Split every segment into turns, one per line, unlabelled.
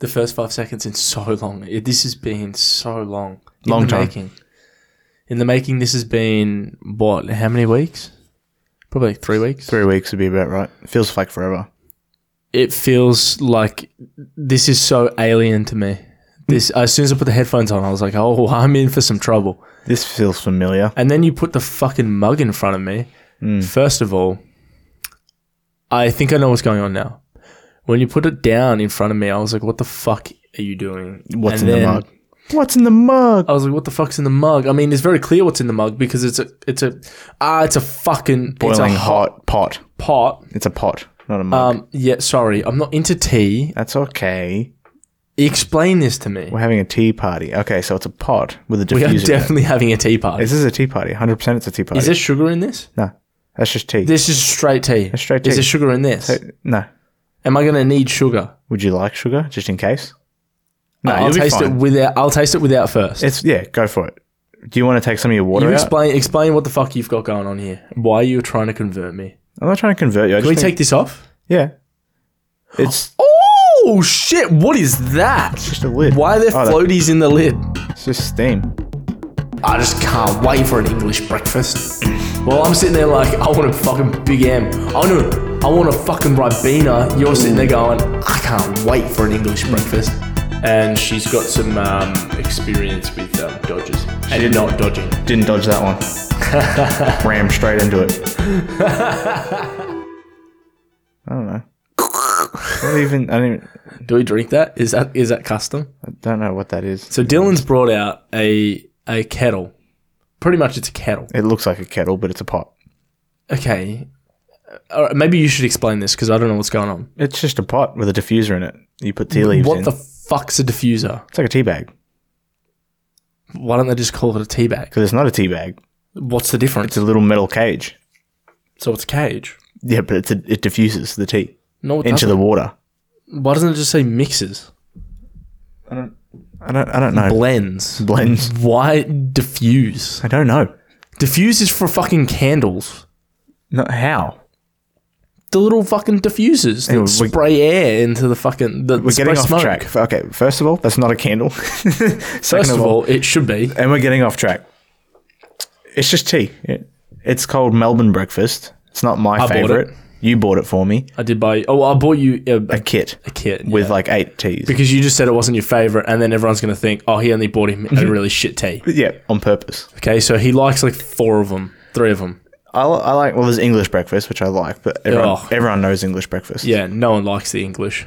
the first five seconds in so long. It, this has been so long. In
Long
the
time.
Making. In the making, this has been what? How many weeks? Probably like three weeks.
Three weeks would be about right. Feels like forever.
It feels like this is so alien to me. This as soon as I put the headphones on, I was like, "Oh, I'm in for some trouble."
This feels familiar.
And then you put the fucking mug in front of me.
Mm.
First of all, I think I know what's going on now. When you put it down in front of me, I was like, "What the fuck are you doing?"
What's
And
in the
then
mug? What's in the mug?
I was like, "What the fuck's in the mug?" I mean, it's very clear what's in the mug because it's a, it's a, ah, it's a fucking Oh, it's
Boiling
a hot,
hot pot.
pot.
It's a pot, not a mug.
Um, yeah, sorry, I'm not into tea.
That's okay.
Explain this to me.
We're having a tea party. Okay, so it's a pot with a
We are
diffuser. in it.
definitely having a tea party.
Is this a tea party? 100% it's a tea party.
Is there sugar in this?
No. That's just tea.
This is straight tea.
That's straight
Is
tea.
there sugar in this?
no.
Am I going to need sugar?
Would you like sugar just in case? No,
I'll
you'll be
taste it
fine.
without. I'll taste it without first.
It's yeah, go for it. Do you want to take some of your water
you
out?
explain explain what the fuck you've got going on here. Why are you trying to convert me?
I'm not trying to convert you. I
Can
just
we
think-
take this off?
Yeah. It's
Oh shit! What is that?
just a lid.
Why are there
Oh, that-
floaties in the lid?
It's just steam.
I just can't wait for an English breakfast. Well, I'm sitting there like, I want a fucking Big M. I know, I want a fucking Ribena. You're sitting there going, I can't wait for an English breakfast. And she's got some um, experience with um, dodges and not dodging.
Didn't dodge that one. Rammed straight into it. I don't know. I don't even. I don't. Even,
Do we drink that? Is that is that custom?
I don't know what that is.
So Dylan's brought out a a kettle. Pretty much, it's a kettle.
It looks like a kettle, but it's a pot.
Okay. Uh, All right, maybe you should explain this because I don't know what's going on.
It's just a pot with a diffuser in it. You put tea leaves
What
in.
the fuck's a diffuser?
it's like a tea bag
Why don't they just call it a tea bag?
because it's not a tea bag.
What's the
It's
difference?
a little metal cage.
So it's a cage.
Yeah, but it's a, it diffuses the tea
No, it
into the water.
doesn't. Why doesn't it just say mixes?
I don't. I don't know.
Blends.
Blends.
Why diffuse?
I don't know.
Diffuse is for fucking candles.
Not how.
The little fucking diffusers that
Anyway, we-
spray air into the fucking. The
We're getting off
smoke.
track. F- Okay, first of all, that's not a candle. Second
First of all, it should be.
and we're getting off track. It's just tea. It- it's called Melbourne breakfast. It's not my
bought it.
favorite. You bought it for me.
I did buy. Oh, I bought you a,
A
a,
kit
a kit
with
yeah.
like eight teas.
because you just said it wasn't your favorite, and then everyone's gonna think, oh, he only bought him
Mm-hmm.
a really shit tea.
yeah, on purpose.
Okay, so he likes like four of them, three of them.
I, li- I like well, there's English breakfast which I like, but everyone,
Ugh.
everyone knows English breakfast.
Yeah, no one likes the English.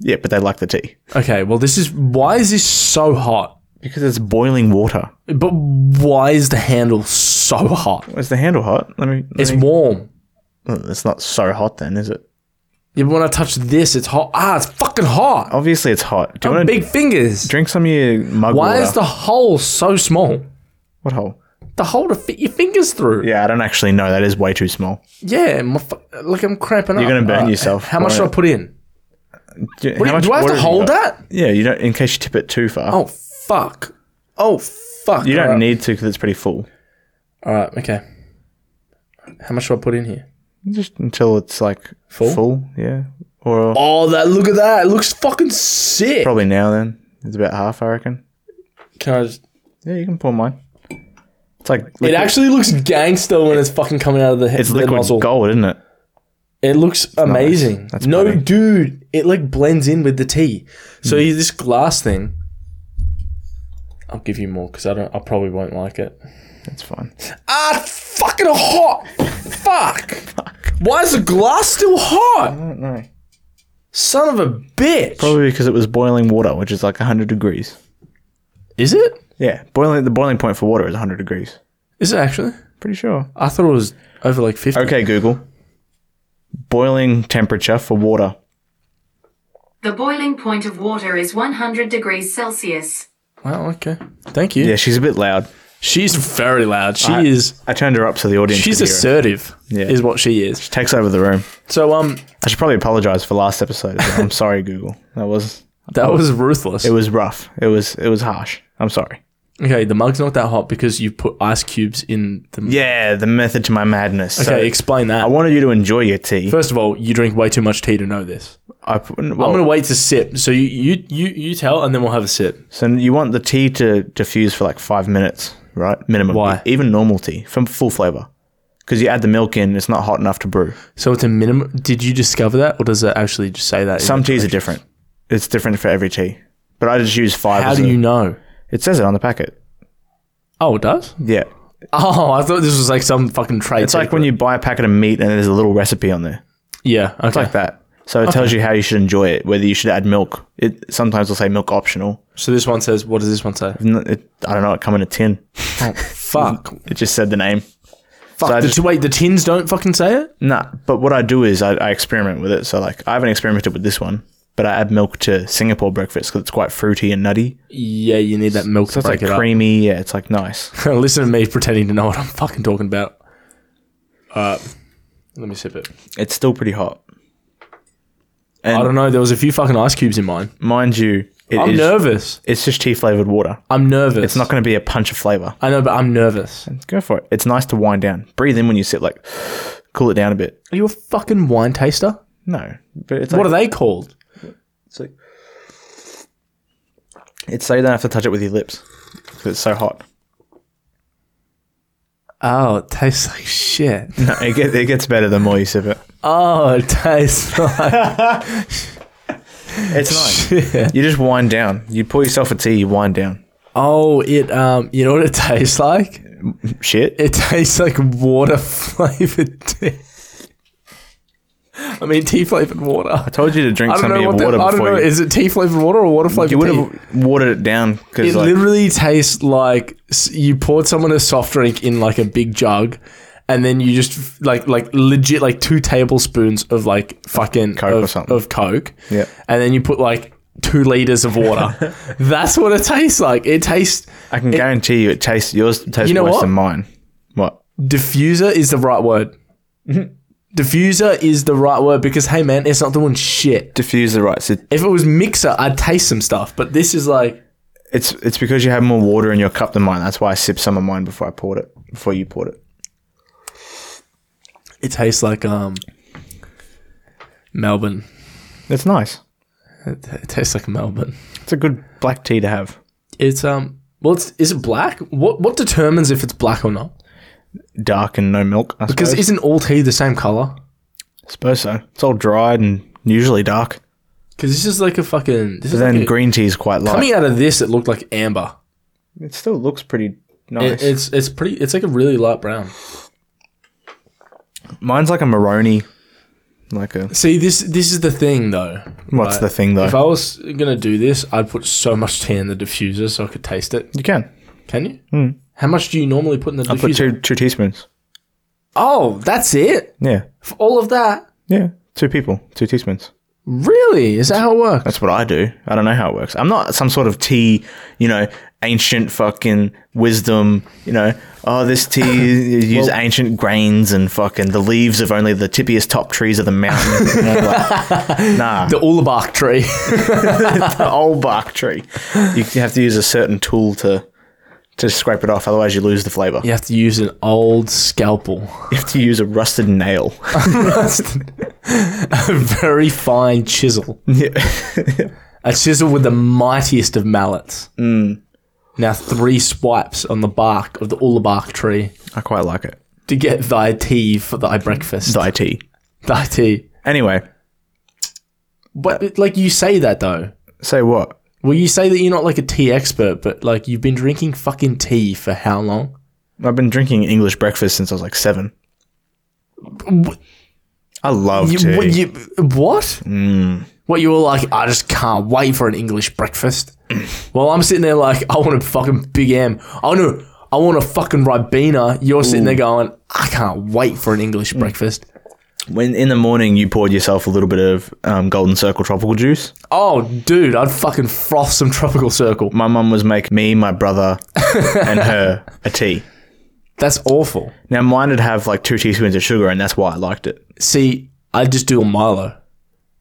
yeah, but they like the tea
Okay, well, this is why is this so hot?
because it's boiling water.
But why is the handle so hot?
Is the handle hot? Let me. Let
It's
it's,
warm.
it's not so hot then, is it?
Yeah, but when I touch this, it's hot. Ah, it's fucking hot.
Obviously, it's hot. Do you
My
want to
big fingers.
drink some of your mug
why
water?
is the hole so small?
what hole?
The hole to fit your fingers through.
Yeah, I don't actually know. That is way too small.
Yeah, my fu- like I'm cramping up.
You're gonna burn
Uh,
yourself.
How much
Why-
should I put in?
Do,
What do you- do I have to hold that?
Yeah, you don't. In case you tip it too far,
Oh fuck! Oh fuck!
you don't
Alright.
need to because it's pretty full.
All right, okay. How much do I put in here?
Just until it's like
Full?
full. yeah. Or
Oh, that look at that! It looks fucking sick.
probably now. Then it's about half, I reckon.
Can I just,
Yeah, you can pour mine. It's like
it
liquid-
actually looks gangster when it's fucking coming out of the,
It's
the
liquid
nozzle.
gold, isn't it?
It looks amazing.
That's
no,
pretty.
dude, it like blends in with the tea. So you this glass thing. I'll give you more because I don't. I probably won't like it.
That's fine.
Ah, it's fucking hot. Fuck. Why is the glass still hot?
I don't know.
Son of a bitch.
Probably because it was boiling water, which is like hundred degrees.
Is it?
Yeah, boiling. The boiling point for water is hundred degrees.
Is it actually?
Pretty sure.
I thought it was over like 50.
Okay, Google. Boiling temperature for water.
The boiling point of water is 100 degrees Celsius.
Wow, okay. Thank you.
Yeah, she's a bit loud.
She's very loud. She
I-
is
I turned her up so the audience.
she's
could hear her.
assertive
Yeah.
is what she is.
takes over the room.
So um
I should probably apologize for last episode. as well. I'm sorry, Google. That was
that was ruthless.
it was rough. It was it was harsh. I'm sorry.
Okay, the mug's not that hot because you put ice cubes in the mug.
Yeah, the method to my madness.
Okay,
Okay,
explain that.
I wanted you to enjoy your tea.
First of all, you drink way too much tea to know this.
I put,
I'm
well,
gonna wait to sip. So you you you, you tell, and then we'll have a sip.
so you want the tea to diffuse for like five minutes, right? Minimum. E-,
Why?
Even normal tea from full flavor, because you add the milk in, it's not hot enough to brew.
So it's a minimum. Did you discover that, or does it actually just say that? in
Some
the
teas are
directions?
different. It's different for every tea, but I just use five.
How
as
do
a-
you know?
It says it on the packet.
Oh, it does.
Yeah,
Oh, I thought this was like some fucking trade.
it's like when you buy a packet of meat and there's a little recipe on there.
yeah, okay.
like that. So it tells you how you should enjoy it, whether you should add milk. It sometimes will say milk optional.
So this one says, what does this one say?
N- It, I don't know. It come in a tin.
Fuck.
It just said the name. Fuck. So I
The-
just,
wait, the tins don't fucking say it.
nah. But what I do is I, I experiment with it. So like I haven't experimented with this one, but I add milk to Singapore breakfast because it's quite fruity and nutty.
Yeah, you need that milk
So
to
it's
break
like
it
creamy. Yeah, it's like nice.
up. Listen to me pretending to know what I'm fucking talking about. Uh, let me sip it.
It's still pretty hot. And
I don't know. There was a few fucking ice cubes in mine.
mind you, it
I'm
is-
nervous.
It's just tea flavored water.
I'm nervous.
It's not going to be a punch of flavor.
I know, but I'm nervous.
Go for it. It's nice to wind down. Breathe in when you sit. Like cool it down a bit.
Are you a fucking wine taster?
No, but it's like,
What are they called?
It's like it's so you don't have to touch it with your lips 'cause it's so hot.
Oh, it tastes like shit.
No, it gets it gets better the more you sip it.
Oh, it tastes like
It's nice.
shit.
You just wind down. You pour yourself a tea. You wind down.
Oh, it um, you know what it tastes like?
Shit.
It tastes like water flavored tea. I mean, tea flavored water.
I told you to drink
I
some
don't
of
know
your
what
water
the, I don't
before
know.
you.
Is it tea flavored water or water
you
flavored
would
tea?
have watered it down because
It
like
literally tastes like s- you poured someone a soft drink in like a big jug, and then you just f- like like legit like two tablespoons of like fucking
Coke or
of,
something.
of Coke.
Yeah.
and then you put like two liters of water. That's what it tastes like. It tastes.
I can guarantee you, it tastes yours tastes
You know
worse
what?
than mine. What?
Diffuser is the right word.
Mm-hmm.
Diffuser is the right word because hey man, it's not doing shit.
Diffuse the right. So
If it was mixer, I'd taste some stuff, but this is like
it's it's because you have more water in your cup than mine. That's why I sipped some of mine before I poured it. Before you poured it.
it tastes like um Melbourne.
It's nice.
It, t- it tastes like Melbourne.
It's a good black tea to have.
It's um. Well, it's, is it black? What what determines if it's black or not?
dark and no milk. I
Because
suppose.
isn't all tea the same color?
suppose so. It's all dried and usually dark.
Because this is like a fucking. This
But
is
then
like a-
green tea is quite light.
coming out of this, it looked like amber.
it still looks pretty
It,
nice.
it's it's pretty. It's like a really light brown.
Mine's like a maroni. Like a
See, this this is the thing though.
what's
Right.
the thing though?
If I was gonna do this, I'd put so much tea in the diffuser so I could taste it.
you can.
Can you? How much do you normally put in the
I Hmm. put
diffuser?
two two teaspoons.
Oh, that's it.
Yeah,
For all of that.
yeah. Two people, two teaspoons.
Really? Is that how it works?
That's what I do. I don't know how it works. I'm not some sort of tea, you know, ancient fucking wisdom. You know, oh, this tea you use ancient grains and fucking the leaves of only the tippiest top trees of the mountain. You know, like, nah,
The Ullabach tree.
the old bark tree. You have to use a certain tool to to scrape it off, otherwise you lose the flavour.
you have to use an old scalpel.
You have to use a rusted nail.
a very fine chisel. a chisel with the mightiest of mallets. Now three swipes on the bark of the Ullabark tree
I quite like it.
to get thy tea for thy breakfast.
The IT.
thy tea.
Anyway,
But it- like you say that though.
say what?
Well, you say that you're not like a tea expert, but like you've been drinking fucking tea for how long?
I've been drinking English breakfast since I was like seven. I love
You,
tea.
what? You, what?
Mm.
What you were like? I just can't wait for an English breakfast. well, I'm sitting there like, I want a fucking Big M. I know. I want a fucking Ribena. You're sitting there going, I can't wait for an English
Mm.
breakfast.
when in the morning you poured yourself a little bit of um, Golden Circle tropical juice.
Oh, dude, I'd fucking froth some tropical circle.
My mum was making me, my brother, and her a tea.
That's awful.
Now mine would have like two teaspoons of sugar, and that's why I liked it.
See, I just do a Milo.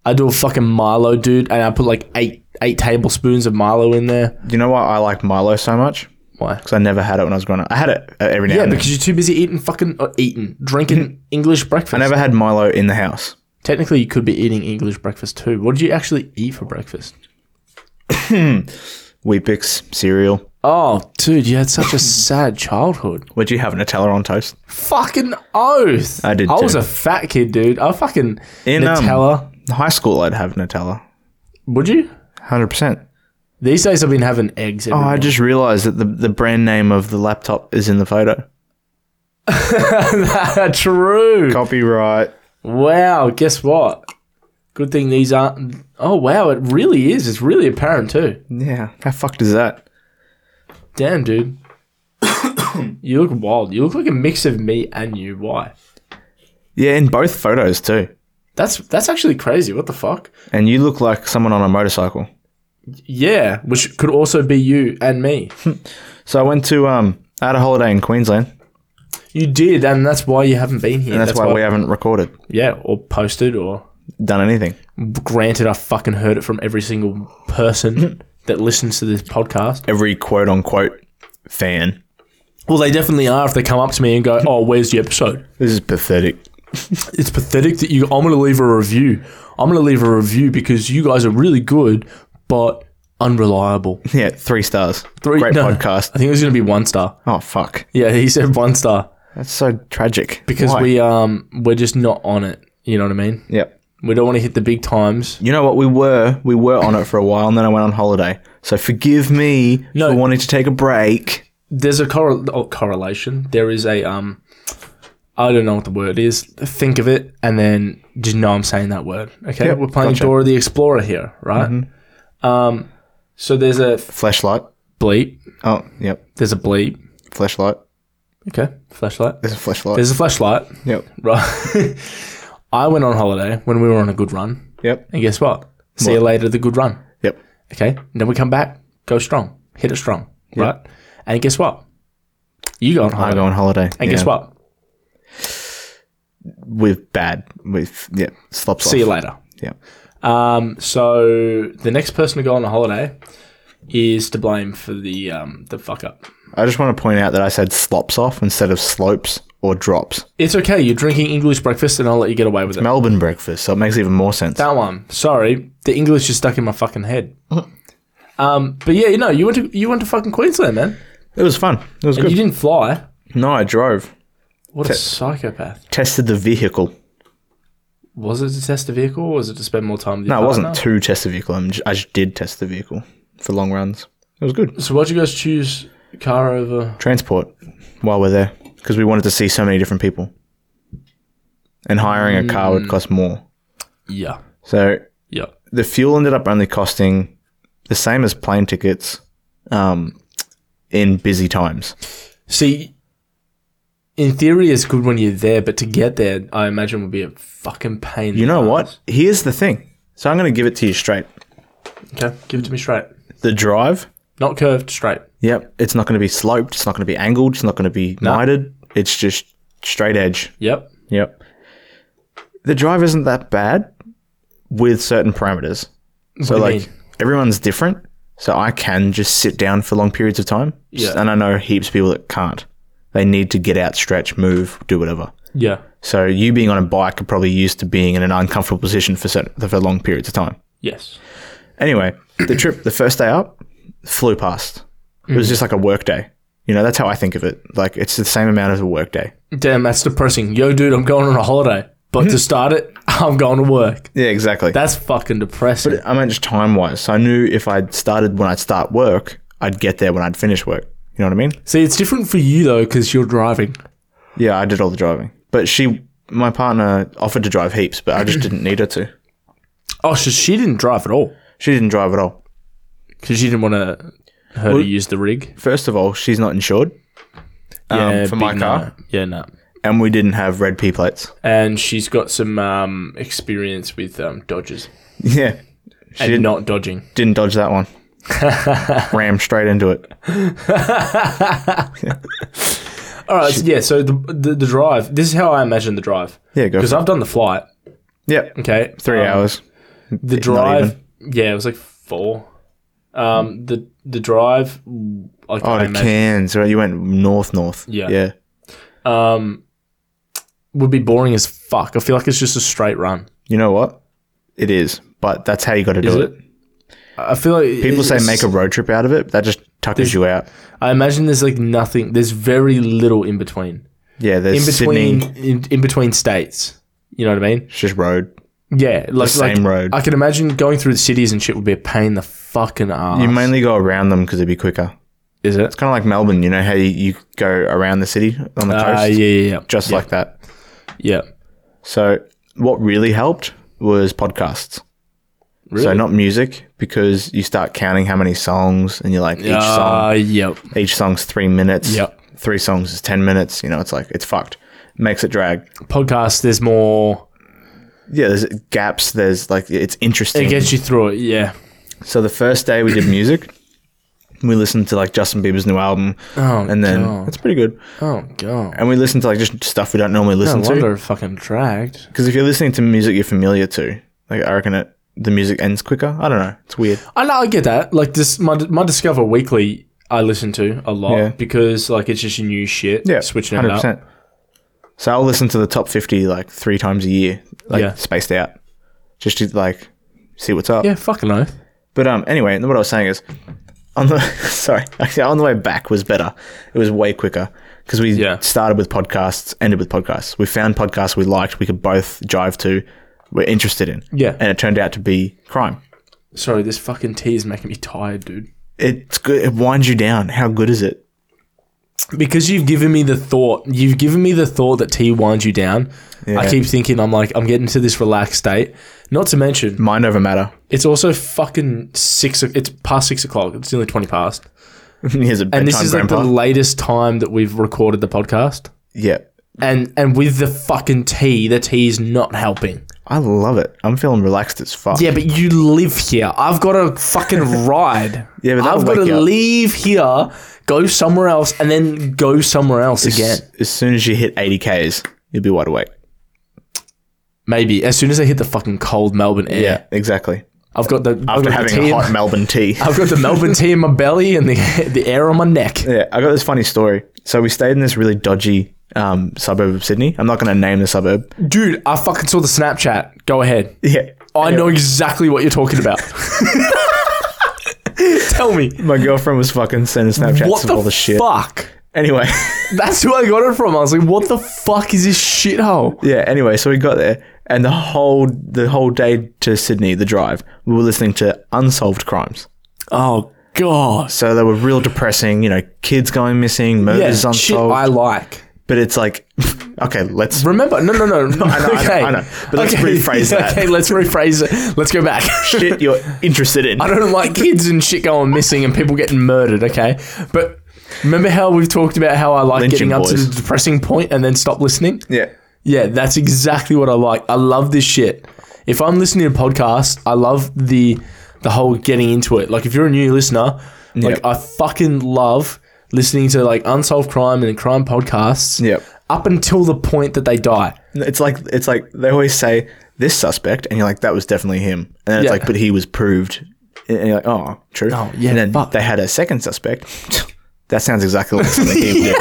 I do a fucking Milo, dude, and I put like eight eight tablespoons of Milo in there.
Do you know why I like Milo so much?
Why?
because I never had it when I was growing up. I had it uh, every now
Yeah,
and then.
because you're too busy eating fucking uh, eating, drinking English breakfast.
I never had Milo in the house.
Technically, you could be eating English breakfast too. What did you actually eat for breakfast?
Weet-Bix, cereal.
Oh, dude, you had such a sad childhood.
Would you have Nutella on toast?
Fucking oath.
I did
I was
too.
a fat kid, dude. I fucking
In, um,
Nutella.
In high school, I'd have Nutella.
Would you?
100%.
These days, I've been having eggs. Every
Oh, I just realized that the, the brand name of the laptop is in the photo.
True.
Copyright.
Wow. Guess what? Good thing these aren't. Oh wow, it really is. It's really apparent too.
Yeah. How fucked is that?
Damn, dude. you look wild. You look like a mix of me and you. Why?
Yeah, in both photos too.
That's that's actually crazy. What the fuck?
And you look like someone on a motorcycle.
Yeah, which could also be you and me.
So I went to um I had a holiday in Queensland.
You did, and that's why you haven't been here.
And that's, why, we haven't recorded,
yeah, or posted, or
done anything.
granted, I fucking heard it from every single person that listens to this podcast.
Every quote unquote fan.
Well, they definitely are if they come up to me and go, "Oh, where's the episode?"
This is pathetic.
It's pathetic that you. I'm gonna leave a review. I'm gonna leave a review because you guys are really good, but unreliable.
Yeah, three stars.
Three-
Great
no, I
podcast.
think it was gonna be one star.
Oh fuck.
Yeah, he said one star
That's so tragic.
because
Why?
we um we're just not on it. You know what I mean?
Yep.
We don't want to hit the big times.
You know what? We were we were on it for a while, and then I went on holiday. So forgive me
No.
for wanting to take a break.
There's a correl- oh, correlation. There is a um, I don't know what the word is. Think of it, and then just know I'm saying that word. Okay,
Yep,
we're playing
gotcha. Mm-hmm.
Dora the Explorer here, right? Um, so there's a f-
Flashlight.
bleep.
Oh, yep.
There's a bleep.
Flashlight.
Okay, flashlight.
There's a flashlight.
There's a flashlight.
yep.
Right. I went on holiday when we were on a good run,
Yep.
and guess what? See you later. The good run.
Yep.
Okay. And then we come back, go strong, hit it strong, right? And guess what? You go on
I
holiday.
go on holiday.
and guess what?
With bad. With yeah. Slops
See you
off.
later.
Yeah.
Um, so the next person to go on a holiday is to blame for the um, the fuck up.
I just want to point out that I said slops off instead of slopes or drops.
It's okay. You're drinking English breakfast, and I'll let you get away with it.
Melbourne breakfast, so it makes even more sense.
That one. Sorry, the English is stuck in my fucking head. um, but yeah, you know, you went to you went to fucking Queensland, man.
it was fun. It was
And you
good.
didn't fly.
No, I drove.
What a psychopath.
Tested the vehicle.
Was it to test a vehicle or was it to spend more time with your
No, it wasn't
partner?
to test the vehicle. I'm just, I just did test the vehicle for long runs. It was good.
so why'd you guys choose car over
Transport while we're there because we wanted to see so many different people. And hiring a car would cost more.
Yeah.
So
Yeah.
the fuel ended up only costing the same as plane tickets um, in busy times.
See in theory it's good when you're there, but to get there I imagine would be a fucking pain. in
You
the
know
ass.
what? Here's the thing. So I'm going to give it to you straight.
Okay, give it to me straight.
The drive,
Not curved, straight.
yep, it's not going to be sloped, it's not going to be angled, it's not going to be mitered. It's just straight edge.
Yep.
Yep. The drive isn't that bad with certain parameters. So
do you
like
mean?
everyone's different. So I can just sit down for long periods of time.
Yeah.
And I know heaps of people that can't. They need to get out, stretch, move, do whatever.
Yeah.
So you being on a bike are probably used to being in an uncomfortable position for certain, for long periods of time.
Yes.
Anyway, the trip, the first day up, flew past. It
Hmm.
was just like a work day. You know, that's how I think of it. Like it's the same amount as a work day.
Damn, that's depressing. Yo dude, I'm going on a holiday. But to start it, I'm going to work.
Yeah, exactly.
That's fucking depressing.
I meant just time wise. So I knew if I'd started when I'd start work, I'd get there when I'd finish work. You know what I mean?
See, it's different for you though, because you're driving.
Yeah, I did all the driving. But she, my partner, offered to drive heaps, but I just didn't need her to.
Oh, so she didn't drive at all
She didn't drive at all.
because she didn't want to her
Well-
to use the rig.
First of all, she's not insured um, for my
big
car,
no. Yeah, no.
and we didn't have red P plates.
And she's got some um, experience with um, dodges
Yeah, she
and
didn't,
not dodging.
didn't dodge that one. Rammed straight into it.
All right, so yeah. So the, the the drive. This is how I imagine the drive.
Yeah, go
Because
for
I've done the flight.
Yep,
Okay,
three
Um,
hours.
The drive. Yeah, it was like four. Um, the the drive. I
Oh,
can't
to
imagine.
Cairns, right? You went north, north.
Yeah.
Yeah.
Um, would be boring as fuck. I feel like it's just a straight run.
You know what? It is, but that's how you got to do
it?
it.
I feel like
People say
it's-
make a road trip out of it. That just tuckers you out.
I imagine there's like nothing. There's very little in between.
Yeah,
In
there's
between,
Sydney.
in, in between states. You know what I mean?
It's just road.
Yeah, like
same
like,
road.
I can imagine going through the cities and shit would be a pain in the fucking ass.
You mainly go around them because it'd be quicker.
is it?
Kind of like Melbourne. You know how you, you go around the city on the coast,
Uh, yeah, yeah, yeah.
just like that.
yeah.
So what really helped was podcasts.
Really?
So not music because you start counting how many songs and you're like each song
Uh, yep.
each song's three minutes.
Yep.
Three songs is ten minutes. You know, it's like it's fucked. Makes it drag.
Podcast. There's more.
Yeah, there's gaps. There's like it's
It
interesting.
gets you through it. Yeah.
so the first day we did music, we listened to like Justin Bieber's new album,
Oh,
and then
God.
it's pretty good.
oh god.
And we listened to like just stuff we don't normally
No
listen
wonder
to.
it fucking dragged.
Because if you're listening to music you're familiar to, like I reckon it, the music ends quicker. I don't know. It's weird.
I know. I get that. Like this, my my Discover Weekly. I listen to a lot
Yeah.
because like it's just new shit.
Yeah,
switching it up.
So I'll listen to the top fifty like three times a year, like
Yeah.
spaced out, just to like see what's up.
Yeah, fucking oath.
But um, anyway, what I was saying is, on the sorry, actually, on the way back was better. It was way quicker because we
Yeah.
started with podcasts, ended with podcasts. We found podcasts we liked, we could both jive to, we're interested in.
Yeah.
and it turned out to be crime.
Sorry, this fucking tea is making me tired, dude.
It's good. It winds you down. How good is it?
Because you've given me the thought, you've given me the thought that tea winds you down. I
Yeah.
keep thinking, I'm like, I'm getting to this relaxed state. Not to mention,
Mind over matter.
it's also fucking six. o- It's past six o'clock. It's nearly twenty past.
Here's a bedtime
and this is like
grandpa.
the latest time that we've recorded the podcast.
yeah,
And and with the fucking tea, the tea is not helping.
I love it. I'm feeling relaxed as fuck.
Yeah, but you live here. I've got to fucking ride.
Yeah, but that'll
I've got
wake you
to
up.
leave here, go somewhere else, and then go somewhere else again.
As, as soon as you hit 80 k's, you'll be wide awake.
Maybe as soon as I hit the fucking cold Melbourne air,
exactly.
I've got the I've got
After
the
having
tea
a
in-
hot Melbourne tea.
I've got the Melbourne tea in my belly and the the air on my neck.
Yeah, I got this funny story. So we stayed in this really dodgy um, suburb of Sydney. I'm not going to name the suburb.
Dude, I fucking saw the Snapchat. Go ahead.
Yeah. Oh,
I know exactly what you're talking about. Tell me.
My girlfriend was fucking sending Snapchats
What
of
the,
all the shit.
fuck?
Anyway,
That's who I got it from. I was like, what the fuck is this shithole?
yeah. Anyway, so we got there, and the whole the whole day to Sydney, the drive, we were listening to unsolved crimes.
Oh, God.
So they were real depressing. You know, kids going missing, murders
Yeah, shit
unsolved.
I like.
but it's like, okay, let's
Remember, no, no, no.
I know, I know. But let's rephrase that.
Okay, let's rephrase it. Let's go back.
shit you're interested in.
I don't like kids and shit going missing and people getting murdered, okay? But remember how we've talked about how I like
Lynching
getting up to
boys.
the depressing point and then stop listening?
Yeah.
Yeah, that's exactly what I like. I love this shit. If I'm listening to podcasts, I love the the whole getting into it. Like if you're a new listener, like
Yep.
I fucking love listening to like unsolved crime and crime podcasts.
Yep.
Up until the point that they die.
It's like it's like they always say this suspect, and you're like, that was definitely him, and then it's
Yeah.
like, but he was proved, and you're like, oh, true.
Oh, yeah,
And then
fuck.
they had a second suspect. that sounds exactly like something he did.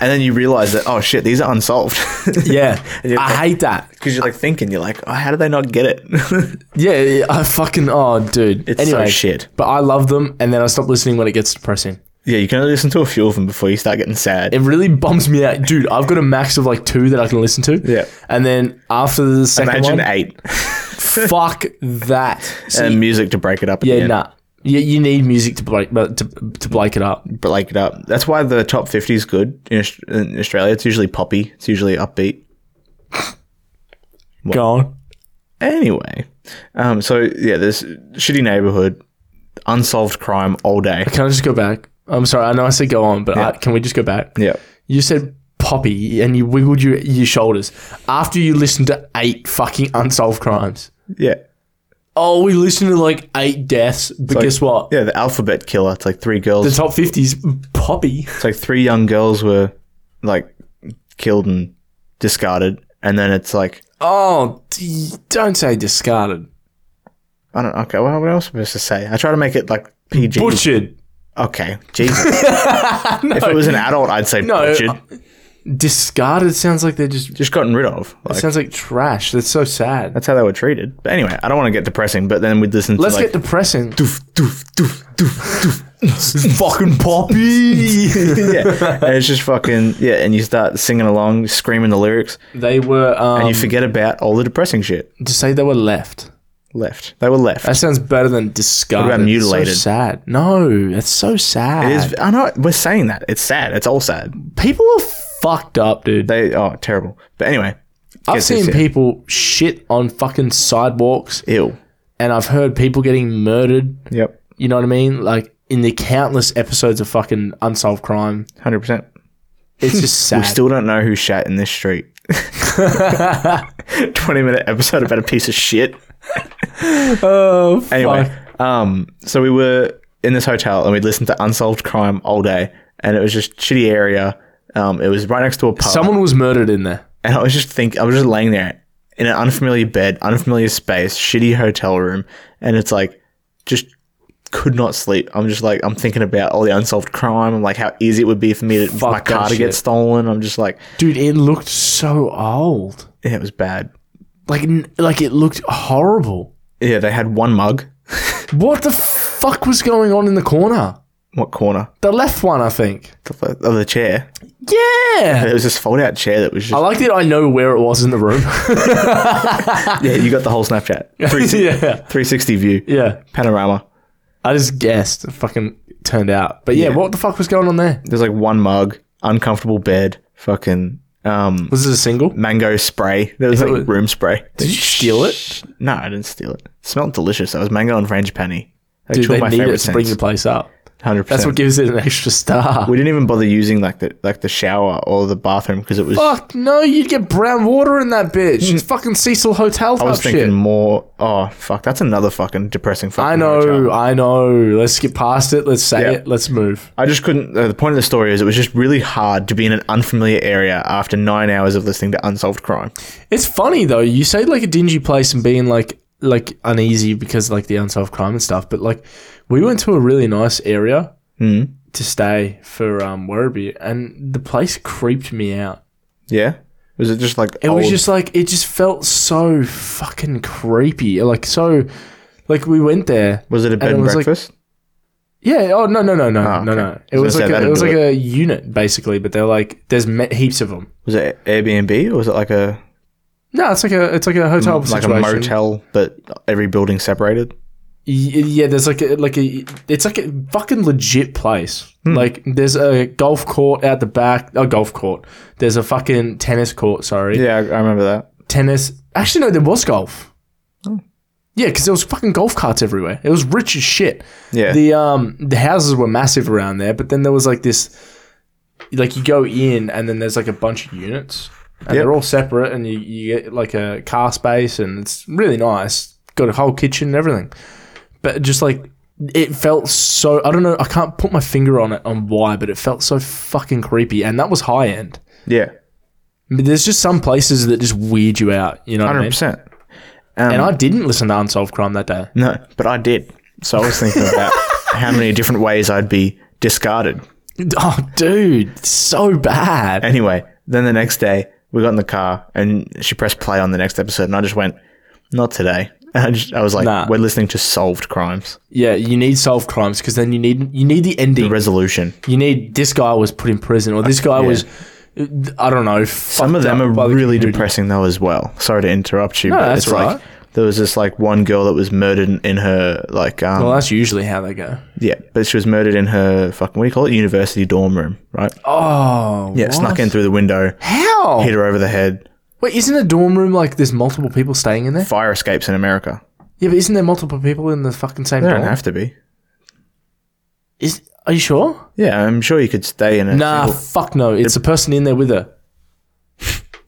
And then you realize that oh shit, these are unsolved.
Yeah.
Yeah.
I hate that.
because you're like thinking, you're like, oh, how did they not get it?
Yeah, yeah, I fucking oh dude.
It's so shit.
But I love them and then I stop listening when it gets depressing.
yeah, you can only listen to a few of them before you start getting sad.
It really bums me out. Dude, I've got a max of like two that I can listen to.
Yeah.
And then after the second
Imagine
one,
eight
fuck that. See,
and music to break it up. At
Yeah,
the end.
nah. You, you need music to break but to, to break it up.
break it up. That's why the top fifty is good in, Aus- in Australia. It's usually poppy. It's usually upbeat.
Go on.
Anyway, um, so yeah, this shitty neighborhood, unsolved crime all day.
Can I just go back? I'm sorry. I know I said go on, but I, can we just go back?
Yeah,
You said poppy, and you wiggled your your shoulders after you listened to eight fucking unsolved crimes.
yeah,
Oh, we listened to like eight deaths, but guess what?
yeah. The alphabet killer. It's like three girls.
The top 50s poppy.
it's like three young girls were like killed and discarded, and then it's like
Oh, d- don't say discarded.
I don't. Okay. Well, what else am I supposed to say? I try to make it like PG.
Butchered.
Okay. Jesus. If it was an adult, I'd say
No,
butchered.
Discarded sounds like they're just.
Just gotten rid of. Like,
it sounds like trash. That's so sad.
that's how they were treated. But anyway, I don't want to get depressing. But then we'd listen to
Let's
like
get depressing.
doof doof doof doof doof.
Fucking Poppy.
yeah, and it's just fucking yeah. And you start singing along, screaming the lyrics,
they were. Um,
and you forget about all the depressing shit.
to say they were left.
Left. They were left.
That sounds better than discarded.
What about mutilated?
So sad. No, that's so sad.
It is- I know we're saying that. It's sad. It's all sad.
People are fucked up, dude.
They oh terrible. But anyway,
I've
guess
seen
it's-
people shit on fucking sidewalks,
Ew.
and I've heard people getting murdered.
Yep.
You know what I mean? Like in the countless episodes of fucking unsolved crime,
Hundred percent.
it's just sad.
We still don't know who shat in this street. Twenty minute episode about a piece of shit.
oh,
Anyway,
fuck.
um, so we were in this hotel and we'd listened to Unsolved Crime all day, and it was just shitty area. Um, it was right next to a pub,
someone was murdered in there.
and I was just think I was just laying there in an unfamiliar bed, unfamiliar space, shitty hotel room, and it's like just could not sleep. I'm just like I'm thinking about all the unsolved crime. I'm like how easy it would be for me to for my
Fuck that
car to
shit.
get stolen. I'm just like
Dude, it looked so old.
yeah, it was bad.
Like, n- like it looked horrible.
Yeah, they had one mug.
What the fuck was going on in the corner?
What corner?
The left one, I think.
The, f- oh, the chair.
Yeah.
It was this fold out chair that was
I
just.
like that I know where it was in the room.
Yeah, you got the whole Snapchat. 360,
yeah.
360 view.
Yeah.
Panorama.
I just guessed. It fucking turned out. But yeah,
Yeah.
what the fuck was going on there?
There's like one mug, uncomfortable bed, fucking um,
Was it a single?
mango spray. There was like
was-
room spray.
Did you steal it?
No, I didn't steal it. It smelled delicious. That was mango and frangipani. Like
Dude,
two of
they
my
need
favorite
it to bring
scents.
the place up.
100%.
That's what gives it an extra star.
we didn't even bother using like the like the shower or the bathroom because it was.
Fuck no, you'd get brown water in that bitch. It's fucking Cecil Hotel type
Mm. I was thinking
shit.
more. Oh fuck! That's another fucking depressing. Fucking
I know,
hotel.
I know. Let's get past it. Let's say
Yeah.
it. Let's move.
I just couldn't. Uh, the point of the story is it was just really hard to be in an unfamiliar area after nine hours of listening to unsolved crime.
It's funny though. You say like a dingy place and being like like uneasy because like the unsolved crime and stuff. But like we went to a really nice area
Hmm,
to stay for um Werribee, and the place creeped me out.
Yeah, was it just like
It was
old-
just like it just felt so fucking creepy. Like so, like we went there.
was it a bed
it
and,
was like-
breakfast?
Yeah. Oh no no no no
Ah,
no
okay.
no. It
I was
was like
gonna say,
a,
that'd
it was
do
like
it.
a unit basically, but they're like there's me- heaps of them.
was it Airbnb or was it like a
No, it's like a it's like a hotel
Mm, like
situation.
a motel but every building separated?
Y- yeah, there's like a like a it's like a fucking legit place. Like there's a golf court out the back. A golf court. There's a fucking tennis court. Sorry,
Yeah, I, I remember that.
tennis. Actually, no, there was golf. Yeah, because there was fucking golf carts everywhere. It was rich as shit.
Yeah,
The um the houses were massive around there, but then there was like this, like you go in and then there's like a bunch of units, and
Yep.
they're all separate, and you, you get like a car space, and it's really nice. Got a whole kitchen and everything, but just like it felt so I don't know I can't put my finger on it on why, but it felt so fucking creepy, and that was high end.
yeah,
I mean, there's just some places that just weird you out, you know. What I
hundred
mean?
percent.
And I didn't listen to Unsolved Crime that day.
No, but I did. So I was thinking about how many different ways I'd be discarded.
Oh, dude, so bad.
Anyway, then the next day we got in the car and she pressed play on the next episode, and I just went, "Not today." And I, just, I was like,
Nah.
"We're listening to solved crimes
Yeah, you need solved crimes because then you need you need the ending.
resolution."
you need this guy was put in prison or this guy was I don't know.
Some of them are really depressing though as well. Sorry to interrupt you, but
that's
it's
right.
like there was this like one girl that was murdered in, in her like um
Well, that's usually how they go.
yeah, but she was murdered in her fucking what do you call it university dorm room, right?
Oh,
yeah,
what? Oh.
snuck in through the window,
How?
hit her over the head.
Wait, isn't a dorm room like there's multiple people staying in there?
Fire escapes in America.
Yeah, but isn't there multiple people in the fucking same
They
dorm?
don't have to be.
Is are you sure?
Yeah, I'm sure you could stay in a
Nah,
single-
fuck no. It's the person in there with her.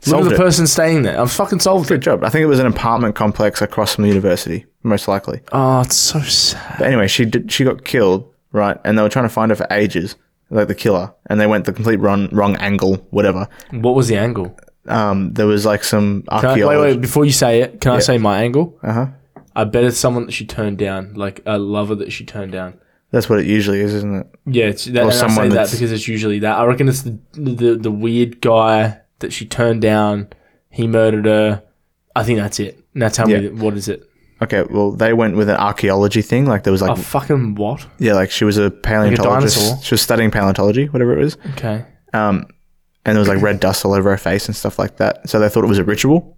Look
Solved
at the
it.
person staying there. I've fucking solved
Good
it.
job. I think it was an apartment complex across from the university, most likely.
Oh, it's so sad.
But anyway, she did, she got killed, right? And they were trying to find her for ages, like the killer, and they went the complete wrong wrong angle, whatever.
What was the angle?
um, there was like some
Can I- wait,
archaeology. Uh-huh.
wait, before you say it, can I say my angle? Uh huh. I bet it's someone that she turned down, like a lover that she turned down.
That's what it usually is, isn't it?
Yeah, it's that,
Or
and I
someone
say that
that's-
because it's usually that. I reckon it's the, the the weird guy that she turned down. He murdered her. I think that's it. Now tell
Yeah.
me what is it?
Okay, well, they went with an archaeology thing. Like there was like
A fucking what?
yeah, like she was a paleontologist.
dinosaur?
she was studying paleontology, whatever it was,
Okay.
and there was like red dust all over her face and stuff like that. So they thought it was a ritual,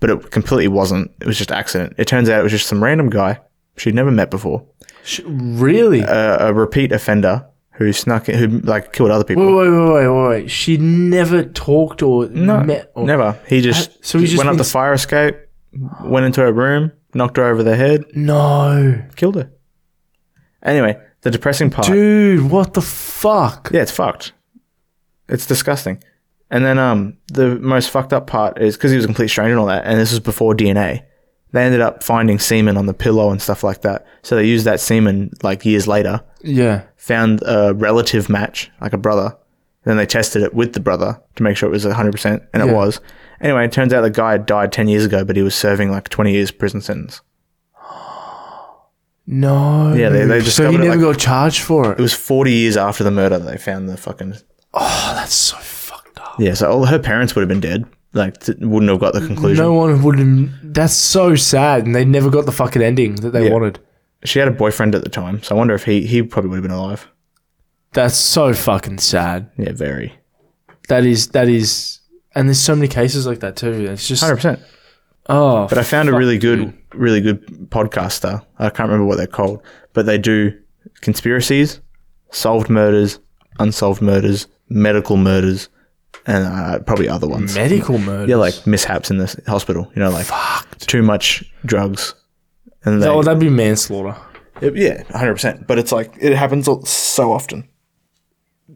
but it completely wasn't. It was just accident. It turns out it was just some random guy she'd never met before,
Sh- really?
a, a repeat offender who snuck in, who like killed other people.
wait, wait, wait, wait, wait, wait. She never talked or met. Or-
Never. He just
so he's just
went up
been
the
s-
fire escape, went into her room, knocked her over the head,
No,
killed her. Anyway, the depressing part.
dude, what the fuck?
Yeah, it's fucked. It's disgusting. And then um, the most fucked up part is because he was a complete stranger and all that, and this was before DNA. They ended up finding semen on the pillow and stuff like that. So they used that semen like years later,
Yeah.
found a relative match, like a brother. And then they tested it with the brother to make sure it was 100%, and
Yeah.
it was. Anyway, it turns out the guy had died 10 years ago, but he was serving like 20 years prison sentence.
No.
Yeah, they-
so
they
he
discovered it,
never
like-
got charged for
It
it.
was 40 years after the murder that they found the fucking
That's so fucked up.
Yeah, so all her parents would have been dead. Like, th- wouldn't have got the conclusion.
No one would. have- That's so sad, and they never got the fucking ending that they
Yeah.
wanted.
She had a boyfriend at the time, so I wonder if he he probably would have been alive.
That's so fucking sad.
Yeah, very
That is. That is. And there's so many cases like that too. It's just.
hundred percent.
Oh,
But I found a really good, really good podcaster. I can't remember what they're called, but they do conspiracies, solved murders, unsolved murders, medical murders, and uh, probably other ones.
medical murder.
yeah, like mishaps in the s- hospital. You know, like too much drugs. And they,
Oh, that'd be manslaughter.
it- yeah, hundred percent. But it's like it happens all- so often.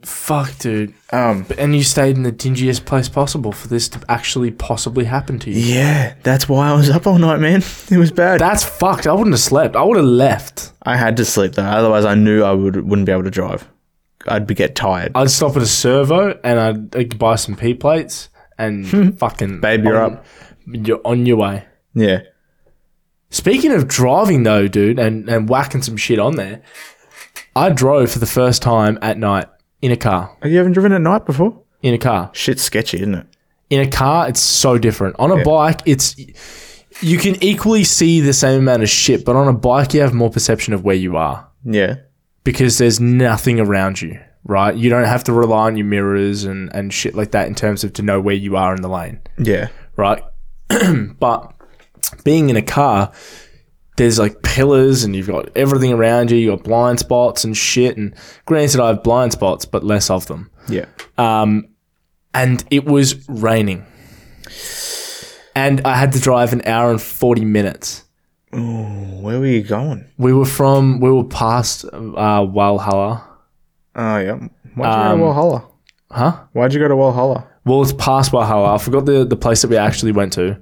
Fuck, dude.
Um,
And you stayed in the dingiest place possible for this to actually possibly happen to you.
yeah, that's why I was up all night, man. It was bad.
That's fucked. I wouldn't have slept. I would have left.
I had to sleep though, otherwise I knew I would wouldn't be able to drive. I'd be get tired.
I'd stop at a servo and I'd, I'd buy some P plates and fucking.
Hmm. Babe, you're
on-
up.
You're on your way.
Yeah.
Speaking of driving though, dude, and, and whacking some shit on there, I drove for the first time at night in a car.
You haven't driven at night before?
In a car.
Shit's sketchy, isn't it?
In a car, it's so different. On a bike, it's you can equally see the same amount of shit, but on a bike you have more perception of where you are.
Yeah.
because there's nothing around you, right? You don't have to rely on your mirrors and, and shit like that in terms of to know where you are in the lane,
Yeah.
right? but being in a car, there's like pillars and you've got everything around you, you've got blind spots and shit. And granted, I have blind spots, but less of them.
Yeah.
And it was raining. And I had to drive an hour and 40 minutes.
Where were you going?
We were from, we were past uh, Walhalla.
Oh yeah. Why'd you go to Walhalla?
Um, huh?
Why'd you go to Walhalla?
Well, it's past Walhalla. I forgot the, the place that we actually went to.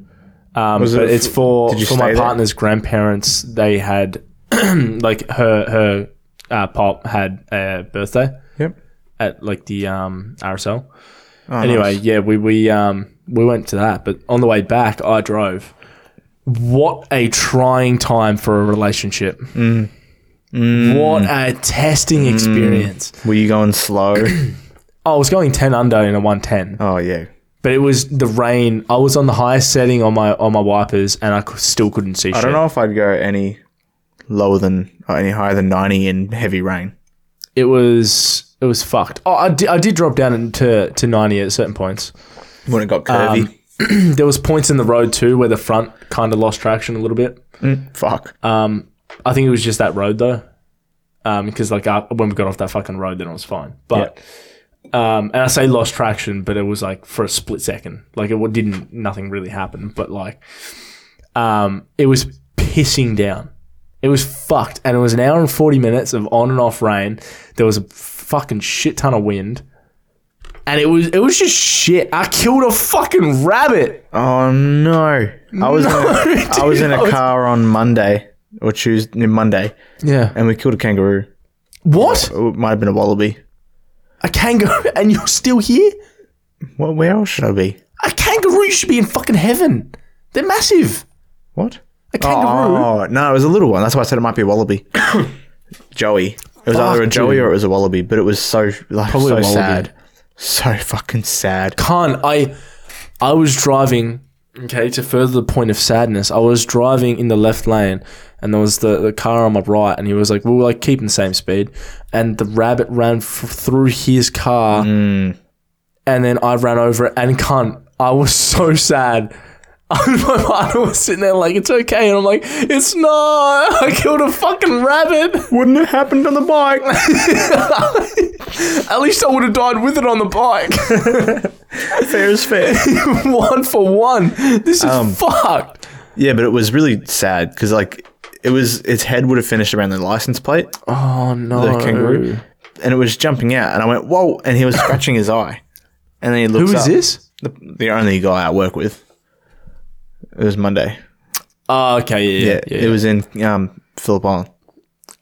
Um,
Was
but
it-
it's for
did you
for my
stay there?
partner's grandparents. They had like her her uh, pop had a birthday
Yep.
at like the um, RSL.
Oh,
anyway,
nice.
yeah, we we um, we went to that. But on the way back, I drove. What a trying time for a relationship.
Mm.
What a testing experience.
Were you going slow?
I was going ten under in a one ten.
oh yeah.
But it was the rain. I was on the highest setting on my on my wipers, and I cou- still couldn't see
I
shit.
don't know if I'd go any lower than or any higher than ninety in heavy rain.
It was it was fucked. Oh, I did, I did drop down into to ninety at certain points.
When it got curvy.
There was points in the road too where the front kind of lost traction a little bit.
Fuck.
I think it was just that road though, because like uh, when we got off that fucking road, then it was fine. But um, and I say lost traction, but it was like for a split second, like it wa- didn't nothing really happened. But like, um, it was pissing down. It was fucked, and it was an hour and forty minutes of on and off rain. There was a fucking shit ton of wind, and it was it was just shit. I killed a fucking rabbit.
Oh no! I was in a, I was in a car on Monday or Tuesday Monday,
Yeah.
and we killed a kangaroo.
What?
It might have been a wallaby.
A kangaroo, and you're still here?
Well, where else should I be?
A kangaroo should be in fucking heaven. They're massive.
What?
A kangaroo?
Oh no, it was a little one. That's why I said it might be a wallaby. Joey. It was either a
Fuck,
Joey
dude.
or it was a wallaby, but it was so like
Probably a
so
wallaby.
sad, so fucking sad.
can't. I I was driving. Okay, to further the point of sadness, I was driving in the left lane, and there was the, the car on my right, and he was like, "We were like keeping the same speed," and the rabbit ran f- through his car, and then I ran over it, and can't. I was so sad. my partner was sitting there like, "It's okay," and I'm like, "It's not. I killed a fucking rabbit."
Wouldn't have happened on the bike.
At least I would have died with it on the bike.
fair is fair.
one for one. This is fucked.
yeah, but it was really sad because like it was its head would have finished around the license plate,
Oh no.
the kangaroo, and it was jumping out, and I went whoa, and he was scratching his eye, and then he
Who
looks.
is
up.
this?
The, the only guy I work with. It was Monday.
Oh, okay, yeah, yeah.
Yeah, it was in um, Phillip Island.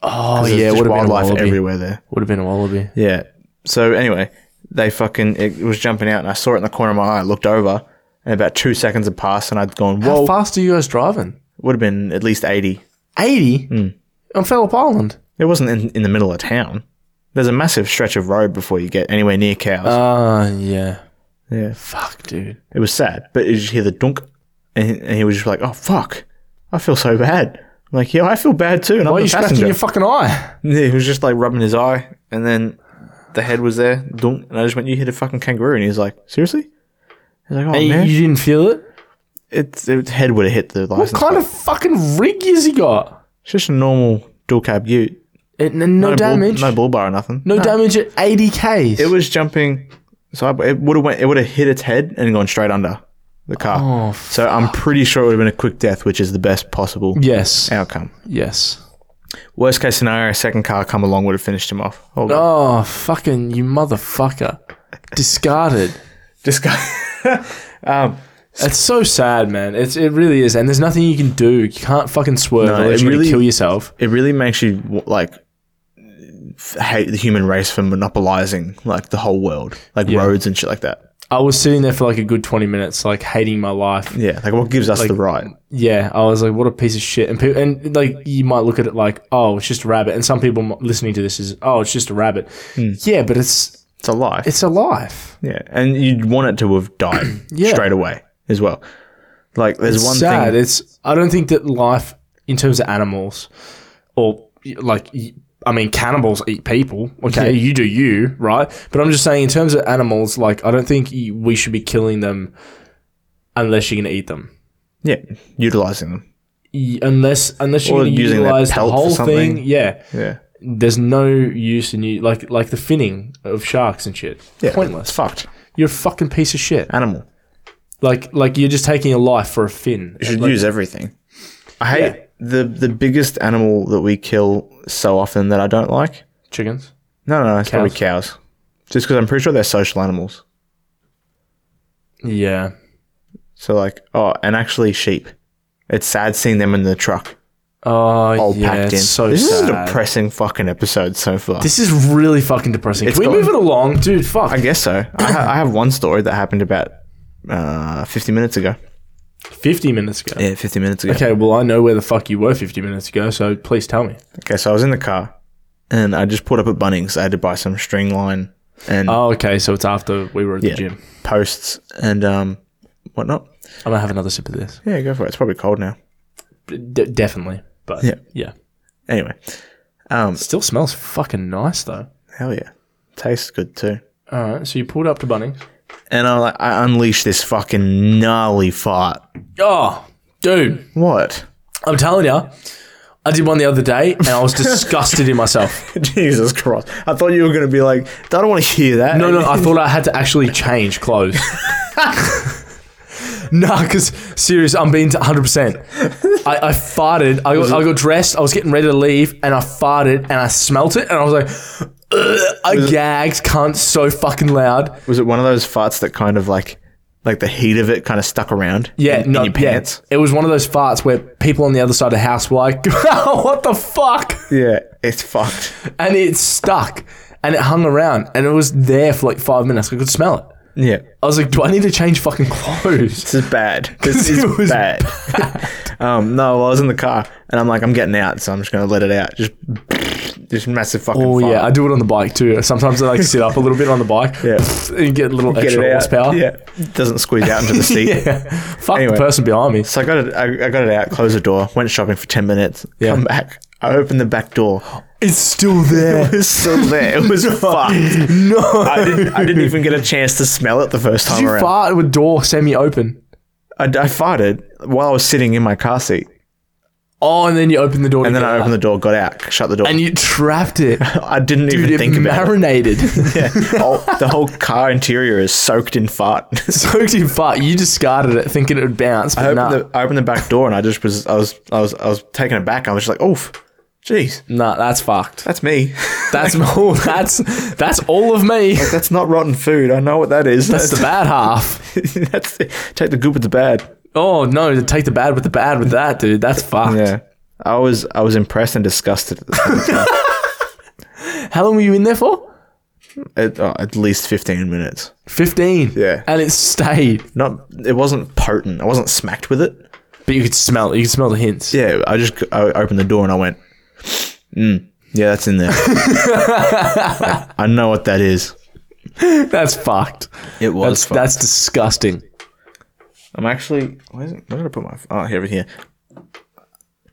Oh
There's
yeah, it
just
would have been a
wildlife
wallaby.
everywhere there.
Would have been a wallaby.
Yeah. So anyway, they fucking it was jumping out, and I saw it in the corner of my eye. I looked over, and about two seconds had passed, and I'd gone,
How
"Whoa!"
fast are you guys driving? Hmm.
would have been at least eighty.
Eighty on Phillip Island.
It wasn't in, in the middle of town. There's a massive stretch of road before you get anywhere near cows.
Ah, yeah.
yeah,
Fuck, dude.
it was sad, but you just hear the dunk, and, he- and he was just like, "Oh fuck, I feel so bad." I'm like, "Yeah, I feel bad too." And
Why are
I'm
you
the
scratching
passenger.
your fucking eye?
Yeah, he was just like rubbing his eye, and then the head was there, dunk, and I just went, "You hit a fucking kangaroo," and he's like, "Seriously?" He's like, "Oh
And you-
man,
you didn't feel it?
it's its head would have hit the license."
What kind
plate.
of fucking rig has he got?
It's just a normal dual cab Ute.
It, n- no,
bull-
damage.
no bull bar or nothing.
no damage at eighty k's.
It was jumping, so I, it would have went. It would have hit its head and gone straight under the car.
Oh,
so I'm pretty sure it would have been a quick death, which is the best possible
yes.
outcome.
Yes.
Worst case scenario, a second car come along would have finished him off. Hold on.
Oh, fucking you motherfucker. Discarded.
This guy.
It's so sad, man. It's it really is, and there's nothing you can do. You can't fucking swerve.
No,
otherwise
it
you're
really-
gonna kill yourself.
it really makes you w- like f- hate the human race for monopolizing like the whole world, like roads and shit like that.
I was sitting there for like a good twenty minutes, like hating my life.
Yeah, like what gives us the right?
Yeah, I was like, what a piece of shit. And people, and like you might look at it like, oh, it's just a rabbit. And some people m- listening to this is, oh, it's just a rabbit.
Hmm.
Yeah, but it's
It's a life.
it's a life.
yeah, and you'd want it to have died
Yeah.
straight away as well. Like there's one
sad.
thing.
It's I don't think that life in terms of animals or y- like y- I mean cannibals eat people. Okay, you do you, right? But I'm just saying in terms of animals, like I don't think y- we should be killing them unless you're gonna eat them.
Yeah, utilizing them.
Y- Unless unless you're
Or
gonna
using their
utilize the
pelt for
whole
something.
thing, yeah.
Yeah,
There's no use in you like like the finning of sharks and shit.
yeah. It's
Pointless.
fucked.
You're a fucking piece of shit.
Animal.
Like like you're just taking a life for a fin.
You should
Like,
use everything. I hate the the biggest animal that we kill so often that I don't like.
chickens.
No, no, no it's probably
Cows.
cows. Just because I'm pretty sure they're social animals.
Yeah.
So like, oh, and actually sheep. It's sad seeing them in the truck,
Oh,
all
yeah,
packed
it's
in.
so
this
sad.
is a depressing fucking episode so far.
this is really fucking depressing.
It's
Can we
gone.
move it along, dude? Fuck.
I guess so. I, ha- I have one story that happened about uh, 50 minutes ago.
Fifty minutes ago.
Yeah, 50 minutes ago.
Okay, well I know where the fuck you were fifty minutes ago, so please tell me.
Okay, so I was in the car, and I just pulled up at Bunnings. I had to buy some string line and
Oh, okay, so it's after we were at
yeah,
the gym.
posts and um, whatnot.
I'm gonna have another sip of this.
Yeah, go for it. It's probably cold now.
D- definitely, but yeah.
Yeah. Anyway, um,
still smells fucking nice though.
hell yeah, tastes good too.
All right, so you pulled up to Bunnings.
And I like I unleashed this fucking gnarly fart.
Oh, dude,
What?
I'm telling you, I did one the other day, and I was disgusted in myself.
Jesus Christ. I thought you were going to be like, I don't want to hear that.
No, no, I thought I had to actually change clothes. nah, because serious, I'm being 100%. I, I farted. I got, I got dressed. I was getting ready to leave and I farted and I smelt it and I was like, "Ugh," I gagged, cunt, so fucking loud.
Was it one of those farts that kind of like, like the heat of it kind of stuck around?
Yeah,
in, in
no,
your pants.
Yeah. It was one of those farts where people on the other side of the house were like, what the fuck?
Yeah. it's fucked.
And it stuck and it hung around and it was there for like five minutes. I could smell it.
Yeah.
I was like, do I need to change fucking clothes?
This is bad.
'Cause
This
it
is
was
bad. um, no, well, I was in the car and I'm like, I'm getting out, so I'm just gonna let it out. Just, just massive fucking.
Oh
fart.
yeah, I do it on the bike too. Sometimes I like sit up a little bit on the bike,
Yeah.
and get a little extra horsepower.
Yeah, doesn't squeeze out into the seat.
yeah. Fuck
Anyway.
the person behind me.
So I got it. I, I got it out. Closed the door. Went shopping for ten minutes.
Yeah.
Come back. I opened the back door.
It's still there.
It was still there. It was fucked.
no.
I didn't, I didn't even get a chance to smell it the first time
Did you
around.
fart with door semi open?
I, I farted while I was sitting in my car seat,
Oh, and then you opened the door. to
and then
get
I
out.
opened the door, got out, shut the door.
and you trapped it.
I didn't
Dude,
even
it
think about it.
marinated.
Yeah. Oh, the whole car interior is soaked in fart.
Soaked in fart. You discarded it thinking it would bounce,
I
but
opened,
nah,
the, I opened the back door and I just was I was I was I was taken aback. I was just like, oof, jeez,
nah, that's fucked.
that's me.
That's all. That's that's all of me.
that's not rotten food. I know what that is.
That's the bad half.
that's the, take the good with the bad.
Oh no, to take the bad with the bad with that, dude. That's fucked.
Yeah, I was I was impressed and disgusted. At, the-
How long were you in there for?
at, oh, at least fifteen minutes.
Fifteen.
Yeah.
And it stayed,
Not it wasn't potent. I wasn't smacked with it.
but you could smell it. You could smell the hints.
Yeah, I just I opened the door and I went, mm, yeah, that's in there. Like, I know what that is.
That's fucked.
It was.
That's that's disgusting.
I'm actually. Where, is it, where did I put my? Oh, here, here.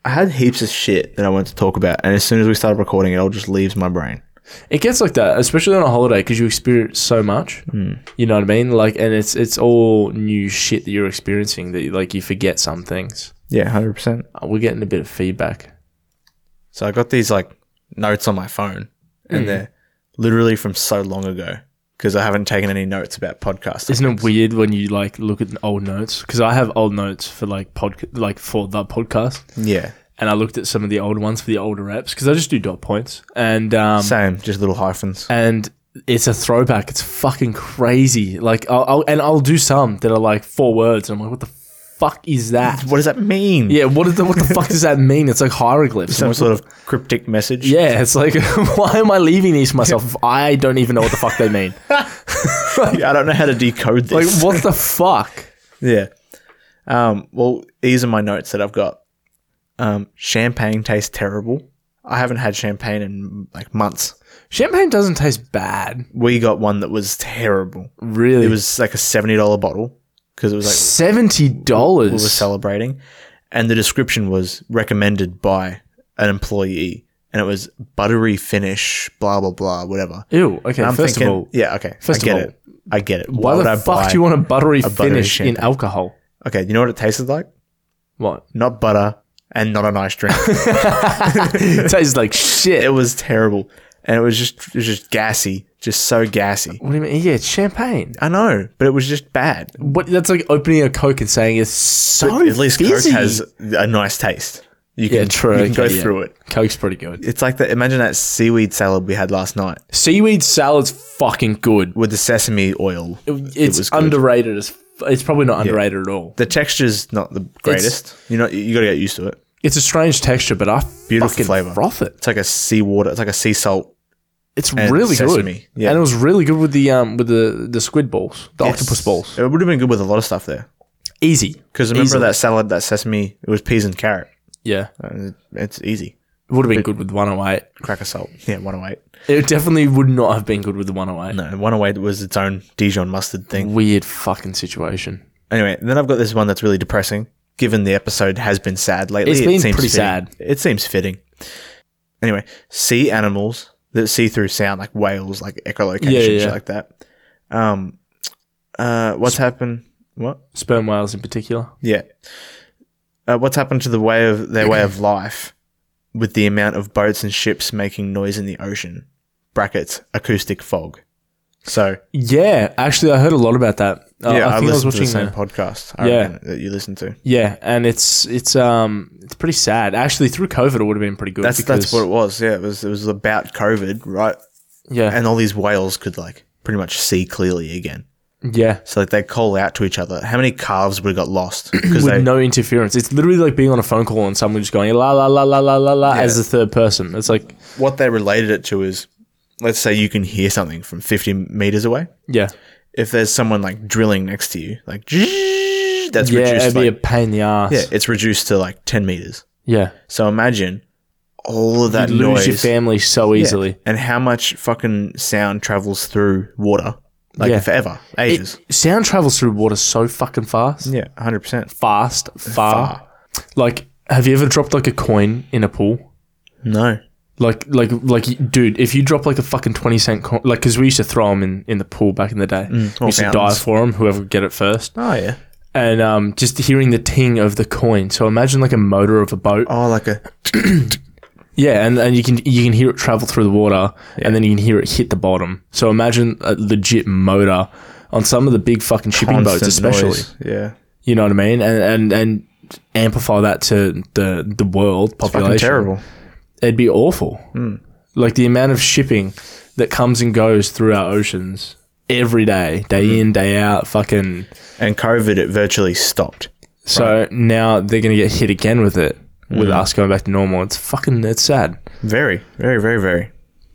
I had heaps of shit that I wanted to talk about, and as soon as we started recording, it all just leaves my brain.
It gets like that, especially on a holiday, because you experience so much. You know what I mean? Like, and it's it's all new shit that you're experiencing that you, like you forget some things.
Yeah, hundred percent.
Uh, We're getting a bit of feedback.
So I got these like notes on my phone,
Mm.
and they're literally from so long ago because I haven't taken any notes about podcasts.
Isn't it weird when you like look at old notes? Because I have old notes for like pod like for the podcast,
yeah,
and I looked at some of the old ones for the older reps because I just do dot points and um, uh,
same, just little hyphens.
and it's a throwback. It's fucking crazy. Like I'll, I'll and I'll do some that are like four words, and I'm like, what the fuck is that?
What does that mean?
Yeah, what is the, what the fuck does that mean? It's like hieroglyphs.
some sort of cryptic message.
yeah, it's like why am I leaving these for myself if I don't even know what the fuck they mean?
I don't know how to decode
Like
this.
what the fuck?
Yeah. Um, well, these are my notes that I've got. Um, champagne tastes terrible. I haven't had champagne in like months.
Champagne doesn't taste bad,
We got one that was terrible.
really.
It was like a seventy dollar bottle because it was like
seventy dollars.
we were celebrating, and the description was recommended by an employee, and it was buttery finish, blah blah blah, whatever.
Ew. Okay.
I'm
first
thinking,
of all,
yeah, okay,
first
I
of
get
all,
it. I get it.
why, the
I
fuck
buy-
do you want a buttery
buttery
finish in
champagne?
alcohol?
Okay, you know what it tasted like?
What?
Not butter and not a nice drink.
It tastes like shit.
it was terrible, and it was just it was just gassy, just so gassy.
What do you mean? Yeah, it's champagne.
I know, but it was just bad.
What, that's like opening a Coke and saying it's so.
But at least
fizzy.
Coke has a nice taste. You can,
Yeah, true.
You can go
Okay, yeah.
through it.
Coke's pretty good.
It's like that. Imagine that seaweed salad we had last night
Seaweed salad's fucking good.
with the sesame oil.
It- It's
was good.
underrated as. f- It's probably not underrated at all.
The texture's not the greatest. you know, you got to get used to it.
It's a strange texture, but I
Beautiful
fucking
flavor.
froth it.
It's like a seawater. It's like a sea salt.
It's really
sesame,
good,
yeah.
and it was really good with the um with the the squid balls, the octopus
Yes.
balls.
It would have been good with a lot of stuff there.
Easy,
Because remember
Easily.
that salad, that sesame, it was peas and carrot.
yeah.
And It's easy.
It would have been good with 108.
Cracker salt. Yeah, 108.
It definitely would not have been good with the 108.
No, 108 was its own Dijon mustard thing.
Weird fucking situation.
Anyway, then I've got this one that's really depressing. Given the episode has been sad lately,
It's
it
been
seems
pretty
fitting.
sad.
It seems fitting. Anyway, sea animals that see through sound, like whales, like echolocation,
Yeah, yeah.
shit like that. Um, uh, what's happened? What?
Sperm whales in particular.
Yeah. Uh, what's happened to the way of their way of life, with the amount of boats and ships making noise in the ocean? Brackets acoustic fog. So
Yeah, actually, I heard a lot about that. Uh,
yeah, I,
I think I, was
listened to
watching
the same
the-
podcast. I
Yeah.
reckon, that you listen to.
Yeah, and it's it's um it's pretty sad. Actually, through COVID, it would have been pretty good.
That's that's
because-
what it was. Yeah, it was it was about COVID, right?
Yeah,
And all these whales could like pretty much see clearly again.
yeah.
So like they call out to each other. How many calves would have got lost because
With
they
no interference, it's literally like being on a phone call and someone just going la la la la la la la as the third person. It's like
what they related it to is, let's say you can hear something from fifty meters away.
yeah,
if there's someone like drilling next to you, like that's
yeah,
reduced.
it'd
To,
be
like,
a pain in the ass.
yeah, it's reduced to like ten meters.
yeah.
So imagine all of that
You'd lose
noise
your family so
Yeah.
easily.
and how much fucking sound travels through water, like
Yeah.
forever, ages.
It- sound travels through water so fucking fast.
yeah, hundred percent.
Fast, far. Like, have you ever dropped like a coin in a pool?
No,
Like, like, like, y- dude, if you drop like a fucking 20 cent coin, like, because we used to throw them in, in the pool back in the day. we
Mm. or
used to die
fountains.
for them, whoever would get it first.
oh yeah,
And um, just hearing the ting of the coin. So imagine like a motor of a boat.
oh like a
Yeah, and, and you can you can hear it travel through the water, and then you can hear it hit the bottom. So imagine a legit motor on some of the big fucking shipping
constant
boats, especially.
noise. Yeah,
You know what I mean? And and and amplify that to the the world population.
fucking terrible.
It'd be awful.
Hmm.
Like the amount of shipping that comes and goes through our oceans every day, day
Hmm.
in, day out. Fucking.
And COVID, it virtually stopped.
So now they're gonna get hit again with it, with
Hmm.
us going back to normal. It's fucking. It's sad.
Very, very, very, very.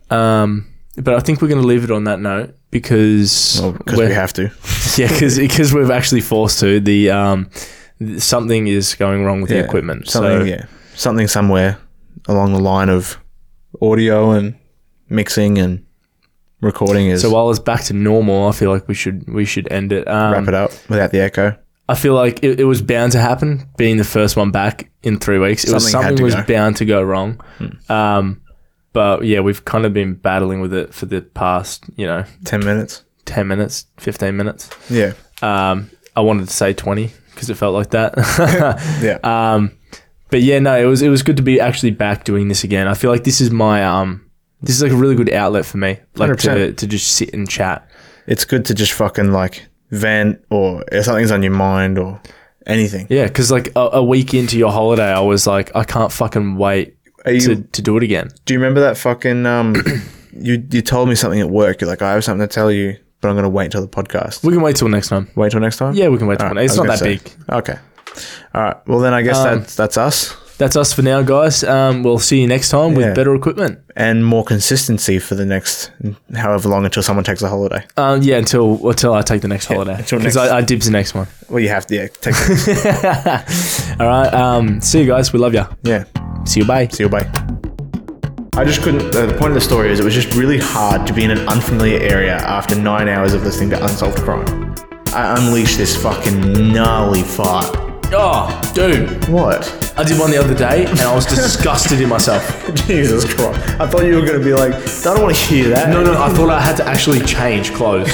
Um, but I think we're going to leave it on that note because
Well, because we
we're-
have to.
yeah, because because we've actually forced to the um th- something is going wrong with
Yeah,
the equipment.
Something,
so
yeah, something somewhere along the line of audio and mixing and recording is
so while it's back to normal, I feel like we should we should end it. Um,
wrap it up without the echo.
I feel like it, it was bound to happen. Being the first one back in three weeks, it was
Something had
something
to
was
go. Hmm.
bound to go wrong. Um, but yeah, we've kind of been battling with it for the past you know
Ten minutes.
ten minutes, fifteen minutes.
Yeah,
Um, I wanted to say twenty because it felt like that.
yeah.
Um, but yeah, no, it was it was good to be actually back doing this again. I feel like this is my um, this is like a really good outlet for me, like to,
100%.
to just sit and chat.
it's good to just fucking like vent or if something's on your mind or anything.
Yeah, because like a, a week into your holiday, I was like, I can't fucking wait
Are you,
to, to do it again.
do you remember that fucking um? you you told me something at work. You're like, I have something to tell you, but I'm gonna wait until the podcast.
We can wait till next time.
Wait till next time.
Yeah, we can wait till
All right,
next. It's
I
not
was
that
gonna
big. Um,
say. Okay. All right. Well, then I guess that's that's us
That's us for now, guys. Um, we'll see you next time
Yeah.
with better equipment.
and more consistency for the next however long until someone takes a holiday.
Um, yeah, until until I take the next holiday
until
because
next-
I, I dibs the next one.
Well, you have to yeah, take.
All right. Um, see you guys. We love ya.
yeah.
See you. Bye.
See you. Bye. I just couldn't. uh, The point of the story is it was just really hard to be in an unfamiliar area after nine hours of listening to unsolved crime. I unleashed this fucking gnarly fart.
Oh, dude.
What?
I did one the other day and I was disgusted in myself.
Jesus Christ! I thought you were gonna be like, I don't want to hear that.
No, no, I thought I had to actually change clothes.